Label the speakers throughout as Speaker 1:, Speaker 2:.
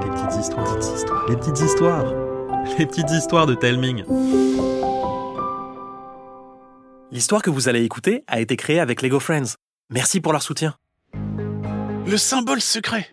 Speaker 1: petites histoires. Les petites histoires. Les petites histoires de Telming.
Speaker 2: L'histoire que vous allez écouter a été créée avec Lego Friends. Merci pour leur soutien.
Speaker 3: Le symbole secret.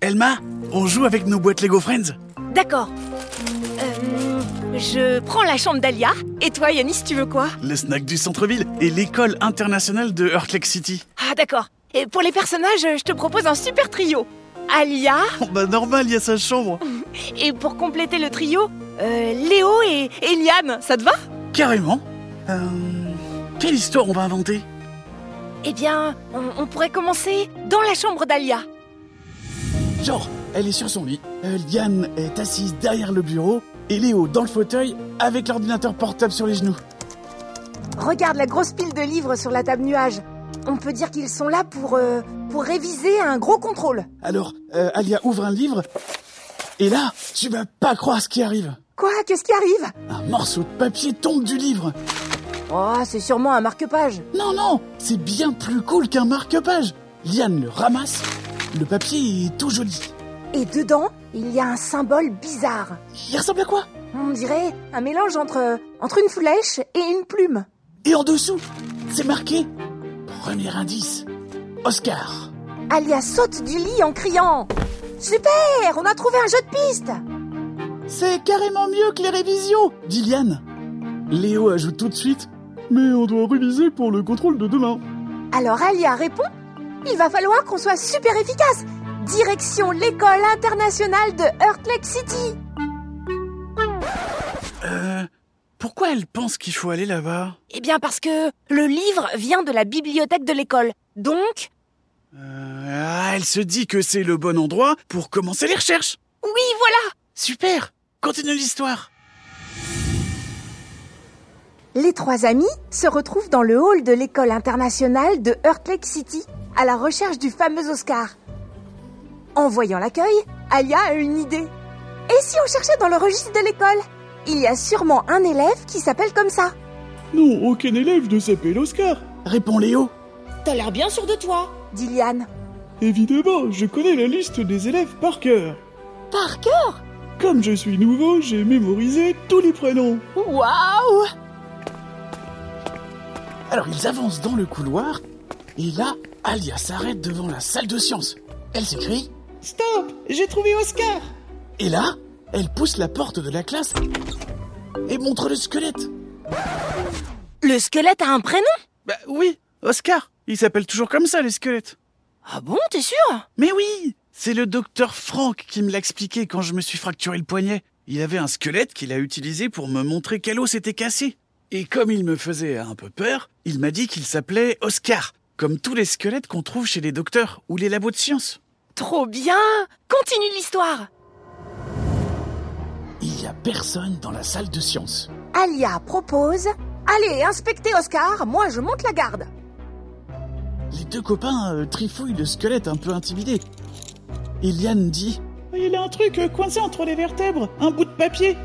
Speaker 3: Elma, on joue avec nos boîtes Lego Friends
Speaker 4: D'accord. Euh, je prends la chambre d'Alia. Et toi, Yanis, tu veux quoi
Speaker 3: Le snack du centre-ville et l'école internationale de Earthlake City.
Speaker 4: Ah, d'accord. Et pour les personnages, je te propose un super trio. Alia,
Speaker 3: Oh bah normal, il y a sa chambre.
Speaker 4: et pour compléter le trio, euh, Léo et Eliane, ça te va
Speaker 3: Carrément. Euh, quelle histoire on va inventer
Speaker 4: Eh bien, on, on pourrait commencer dans la chambre d'Alia.
Speaker 3: Genre, elle est sur son lit. Euh, Liane est assise derrière le bureau et Léo dans le fauteuil avec l'ordinateur portable sur les genoux.
Speaker 5: Regarde la grosse pile de livres sur la table nuage. On peut dire qu'ils sont là pour, euh, pour réviser un gros contrôle.
Speaker 3: Alors, euh, Alia ouvre un livre et là, tu vas pas croire ce qui arrive.
Speaker 5: Quoi Qu'est-ce qui arrive
Speaker 3: Un morceau de papier tombe du livre.
Speaker 5: Oh, c'est sûrement un marque-page.
Speaker 3: Non, non, c'est bien plus cool qu'un marque-page. Liane le ramasse. Le papier est tout joli.
Speaker 5: Et dedans, il y a un symbole bizarre.
Speaker 3: Il ressemble à quoi
Speaker 5: On dirait un mélange entre, entre une flèche et une plume.
Speaker 3: Et en dessous, c'est marqué. Premier indice. Oscar.
Speaker 5: Alia saute du lit en criant Super On a trouvé un jeu de piste
Speaker 3: C'est carrément mieux que les révisions, dit Liane. Léo ajoute tout de suite. Mais on doit réviser pour le contrôle de demain.
Speaker 5: Alors Alia répond Il va falloir qu'on soit super efficace Direction l'école internationale de Earthlake City
Speaker 3: Pourquoi elle pense qu'il faut aller là-bas
Speaker 4: Eh bien, parce que le livre vient de la bibliothèque de l'école. Donc,
Speaker 3: Ah, Elle se dit que c'est le bon endroit pour commencer les recherches.
Speaker 4: oui, voilà
Speaker 3: Super Continue l'histoire.
Speaker 5: Les trois amis se retrouvent dans le hall de l'école internationale de Earthlake City à la recherche du fameux Oscar. En voyant l'accueil, Alia a une idée. Et si on cherchait dans le registre de l'école Il y a sûrement un élève qui s'appelle comme ça.
Speaker 3: Non, aucun élève ne s'appelle Oscar. Répond Léo.
Speaker 6: T'as l'air bien sûr de toi.
Speaker 5: dit Liane.
Speaker 3: Évidemment, je connais la liste des élèves par cœur.
Speaker 5: Par cœur
Speaker 3: Comme je suis nouveau, j'ai mémorisé tous les prénoms.
Speaker 6: Waouh
Speaker 3: Alors ils avancent dans le couloir, et là, Alia s'arrête devant la salle de sciences. Elle s'écrie,
Speaker 6: Stop J'ai trouvé Oscar
Speaker 3: et là, elle pousse la porte de la classe et montre le squelette.
Speaker 4: Le squelette a un prénom
Speaker 3: Bah oui, Oscar. Il s'appelle toujours comme ça, les squelettes.
Speaker 4: Ah bon, t'es sûr
Speaker 3: Mais oui C'est le docteur Frank qui me l'a expliqué quand je me suis fracturé le poignet. Il avait un squelette qu'il a utilisé pour me montrer quel os était cassé. Et comme il me faisait un peu peur, il m'a dit qu'il s'appelait Oscar, comme tous les squelettes qu'on trouve chez les docteurs ou les labos de sciences.
Speaker 4: Trop bien Continue l'histoire
Speaker 3: Il n'y a personne dans la salle de sciences.
Speaker 5: Alia propose Allez, inspectez Oscar, moi je monte la garde.
Speaker 3: Les deux copains euh, trifouillent le squelette un peu intimidé. Et Liane dit Ah, Il a un truc euh, coincé entre les vertèbres, un bout de papier.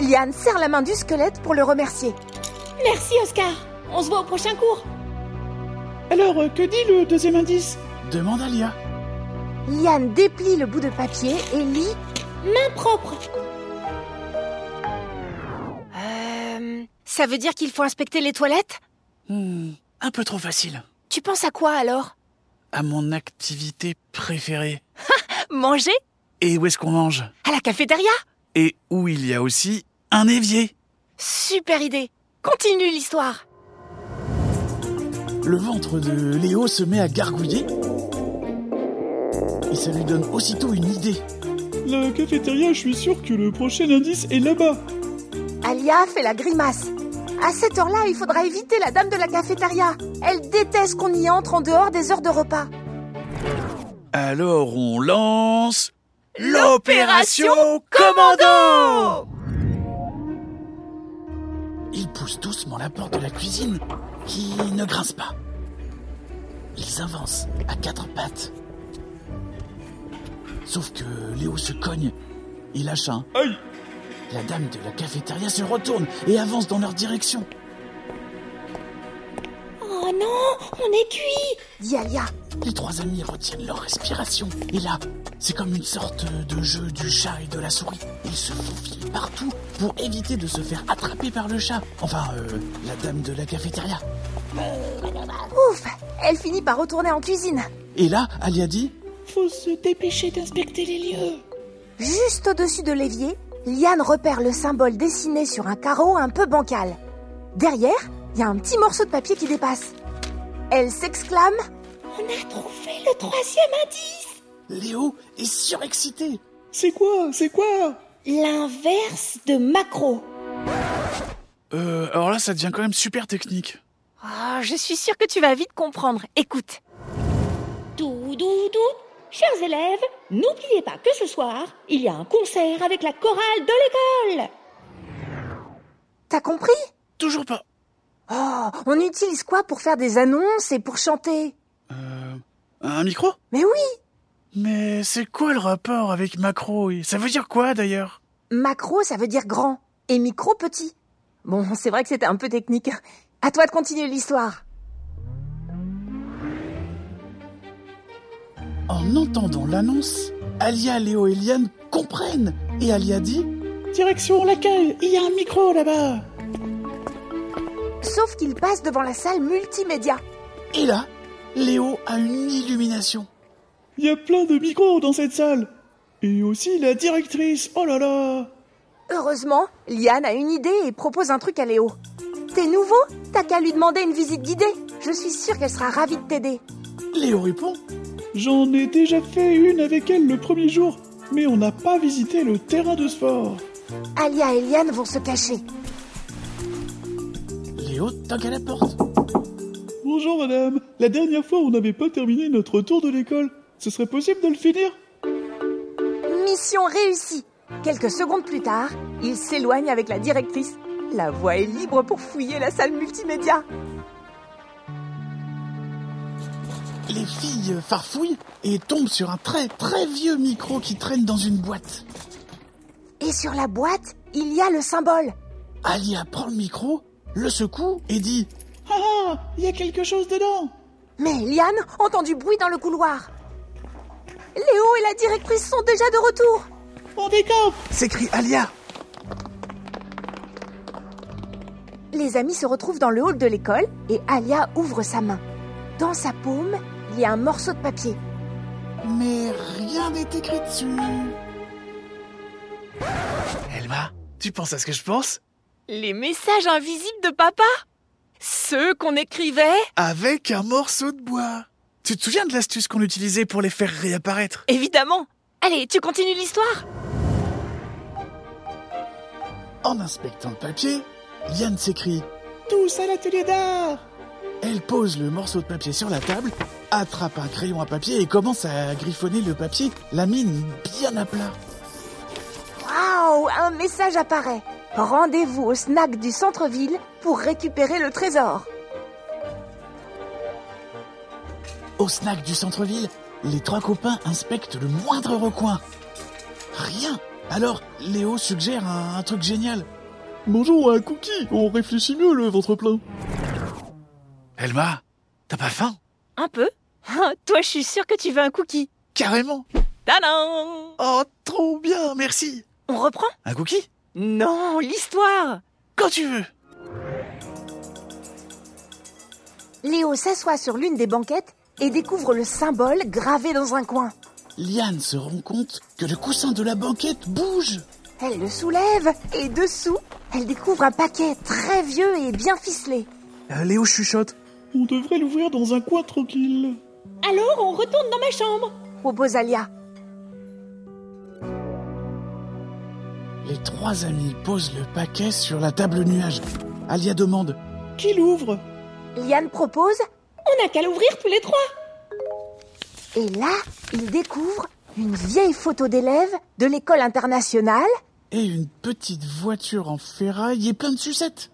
Speaker 5: Liane serre la main du squelette pour le remercier.
Speaker 6: Merci Oscar On se voit au prochain cours
Speaker 3: Alors, que dit le deuxième indice demande Alia.
Speaker 5: Liane déplie le bout de papier et lit
Speaker 6: Main propre
Speaker 4: Euh, Ça veut dire qu'il faut inspecter les toilettes
Speaker 3: Hmm, un peu trop facile.
Speaker 4: Tu penses à quoi alors
Speaker 3: à mon activité préférée.
Speaker 4: Manger
Speaker 3: Et où est-ce qu'on mange
Speaker 4: À la cafétéria
Speaker 3: Et où il y a aussi un évier.
Speaker 4: Super idée Continue l'histoire
Speaker 3: Le ventre de Léo se met à gargouiller. Et ça lui donne aussitôt une idée.
Speaker 7: La cafétéria, je suis sûr que le prochain indice est là-bas.
Speaker 5: Alia fait la grimace. À cette heure-là, il faudra éviter la dame de la cafétéria. Elle déteste qu'on y entre en dehors des heures de repas.
Speaker 3: Alors on lance
Speaker 4: L'opération
Speaker 3: Commando Ils poussent doucement la porte de la cuisine qui ne grince pas. Ils avancent à quatre pattes. Sauf que Léo se cogne et lâche un.
Speaker 7: Aïe
Speaker 3: La dame de la cafétéria se retourne et avance dans leur direction.
Speaker 6: Oh non On est cuit
Speaker 5: Dit Alia.
Speaker 3: Les trois amis retiennent leur respiration. Et là, c'est comme une sorte de jeu du chat et de la souris. Ils se faufilent partout pour éviter de se faire attraper par le chat. Enfin, euh, la dame de la cafétéria.
Speaker 5: Ouf Elle finit par retourner en cuisine.
Speaker 3: Et là, Alia dit
Speaker 6: Faut se dépêcher d'inspecter les lieux.
Speaker 5: Juste au-dessus de l'évier, Liane repère le symbole dessiné sur un carreau un peu bancal. Derrière, il y a un petit morceau de papier qui dépasse. Elle s'exclame
Speaker 6: On a trouvé le troisième indice
Speaker 3: Léo est surexcité.
Speaker 7: C'est quoi C'est quoi
Speaker 6: L'inverse de macro.
Speaker 3: Euh, alors là, ça devient quand même super technique.
Speaker 4: Oh, je suis sûre que tu vas vite comprendre. Écoute.
Speaker 6: Tout, tout, tout. Chers élèves, n'oubliez pas que ce soir, il y a un concert avec la chorale de l'école.
Speaker 5: T'as compris
Speaker 3: Toujours pas.
Speaker 5: Oh, on utilise quoi pour faire des annonces et pour chanter
Speaker 3: Euh, un micro
Speaker 5: Mais oui
Speaker 3: Mais c'est quoi le rapport avec macro et- Ça veut dire quoi d'ailleurs
Speaker 5: Macro, ça veut dire grand. Et micro, petit. Bon, c'est vrai que c'était un peu technique. À toi de continuer l'histoire.
Speaker 3: En entendant l'annonce, Alia, Léo et Liane comprennent et Alia dit
Speaker 7: Direction l'accueil, il y a un micro là-bas.
Speaker 5: Sauf qu'il passe devant la salle multimédia.
Speaker 3: Et là, Léo a une illumination.
Speaker 7: Il y a plein de micros dans cette salle. Et aussi la directrice, oh là là
Speaker 5: Heureusement, Liane a une idée et propose un truc à Léo. T'es nouveau T'as qu'à lui demander une visite guidée. Je suis sûre qu'elle sera ravie de t'aider.
Speaker 3: Léo répond
Speaker 7: J'en ai déjà fait une avec elle le premier jour, mais on n'a pas visité le terrain de sport.
Speaker 5: Alia et Liane vont se cacher.
Speaker 3: Léo toque à la porte.
Speaker 7: Bonjour madame, la dernière fois on n'avait pas terminé notre tour de l'école. Ce serait possible de le finir
Speaker 5: Mission réussie. Quelques secondes plus tard, ils s'éloignent avec la directrice. La voie est libre pour fouiller la salle multimédia.
Speaker 3: Les filles farfouillent et tombent sur un très très vieux micro qui traîne dans une boîte.
Speaker 5: Et sur la boîte, il y a le symbole.
Speaker 3: Alia prend le micro, le secoue et dit
Speaker 7: Ah ah, il y a quelque chose dedans
Speaker 5: Mais Liane entend du bruit dans le couloir. Léo et la directrice sont déjà de retour.
Speaker 7: On décoffre
Speaker 3: S'écrie Alia
Speaker 5: Les amis se retrouvent dans le hall de l'école et Alia ouvre sa main. Dans sa paume, il y a un morceau de papier.
Speaker 3: Mais rien n'est écrit dessus. Elma, tu penses à ce que je pense
Speaker 4: Les messages invisibles de papa Ceux qu'on écrivait
Speaker 3: Avec un morceau de bois. Tu te souviens de l'astuce qu'on utilisait pour les faire réapparaître
Speaker 4: Évidemment Allez, tu continues l'histoire
Speaker 3: En inspectant le papier, Liane s'écrit.
Speaker 7: Tous à l'atelier d'art
Speaker 3: Elle pose le morceau de papier sur la table, attrape un crayon à papier et commence à griffonner le papier, la mine bien à plat.
Speaker 5: Waouh Un message apparaît. Rendez-vous au snack du centre-ville pour récupérer le trésor.
Speaker 3: Au snack du centre-ville, les trois copains inspectent le moindre recoin. Rien Alors, Léo suggère un- un truc génial.
Speaker 7: Mangeons un cookie, on réfléchit mieux le ventre plein.
Speaker 3: Elma, t'as pas faim
Speaker 4: Un peu Hein, Toi, je suis sûre que tu veux un cookie.
Speaker 3: Carrément
Speaker 4: Tadam
Speaker 3: Oh, trop bien, merci
Speaker 4: On reprend
Speaker 3: Un cookie
Speaker 4: Non, l'histoire
Speaker 3: Quand tu veux
Speaker 5: Léo s'assoit sur l'une des banquettes et découvre le symbole gravé dans un coin.
Speaker 3: Liane se rend compte que le coussin de la banquette bouge
Speaker 5: Elle le soulève et dessous, elle découvre un paquet très vieux et bien ficelé.
Speaker 3: Léo chuchote.
Speaker 7: On devrait l'ouvrir dans un coin tranquille.
Speaker 6: Alors on retourne dans ma chambre.
Speaker 5: Propose Alia.
Speaker 3: Les trois amis posent le paquet sur la table nuage. Alia demande.
Speaker 7: Qui l'ouvre
Speaker 5: Liane propose
Speaker 6: On n'a qu'à l'ouvrir tous les trois.
Speaker 5: et là, il découvre une vieille photo d'élève de l'école internationale.
Speaker 3: Et une petite voiture en ferraille et plein de sucettes.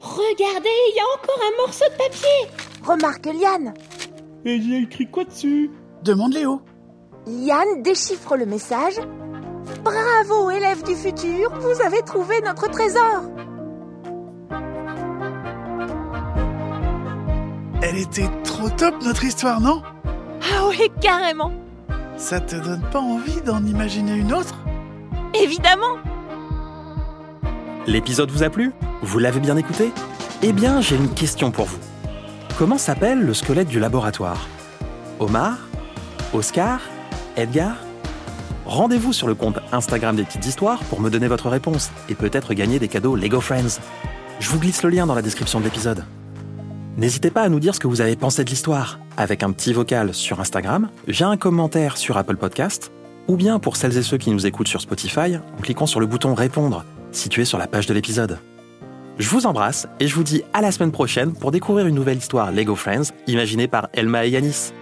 Speaker 6: Regardez, il y a encore un morceau de papier.
Speaker 5: Remarque Liane.
Speaker 7: Et Eh il y a écrit quoi dessus
Speaker 3: Demande Léo.
Speaker 5: Liane déchiffre le message. Bravo élèves du futur, vous avez trouvé notre trésor.
Speaker 3: Elle était trop top notre histoire, non
Speaker 4: Ah ouais, carrément
Speaker 3: Ça te donne pas envie d'en imaginer une autre
Speaker 4: Évidemment
Speaker 2: L'épisode vous a plu Vous l'avez bien écouté Eh bien, j'ai une question pour vous. Comment s'appelle le squelette du laboratoire Omar Oscar Edgar Rendez-vous sur le compte Instagram des petites histoires pour me donner votre réponse et peut-être gagner des cadeaux Lego Friends. Je vous glisse le lien dans la description de l'épisode. N'hésitez pas à nous dire ce que vous avez pensé de l'histoire avec un petit vocal sur Instagram, j'ai un commentaire sur Apple Podcast, ou bien pour celles et ceux qui nous écoutent sur Spotify, en cliquant sur le bouton Répondre situé sur la page de l'épisode. Je vous embrasse et je vous dis à la semaine prochaine pour découvrir une nouvelle histoire Lego Friends imaginée par Elma et Yanis.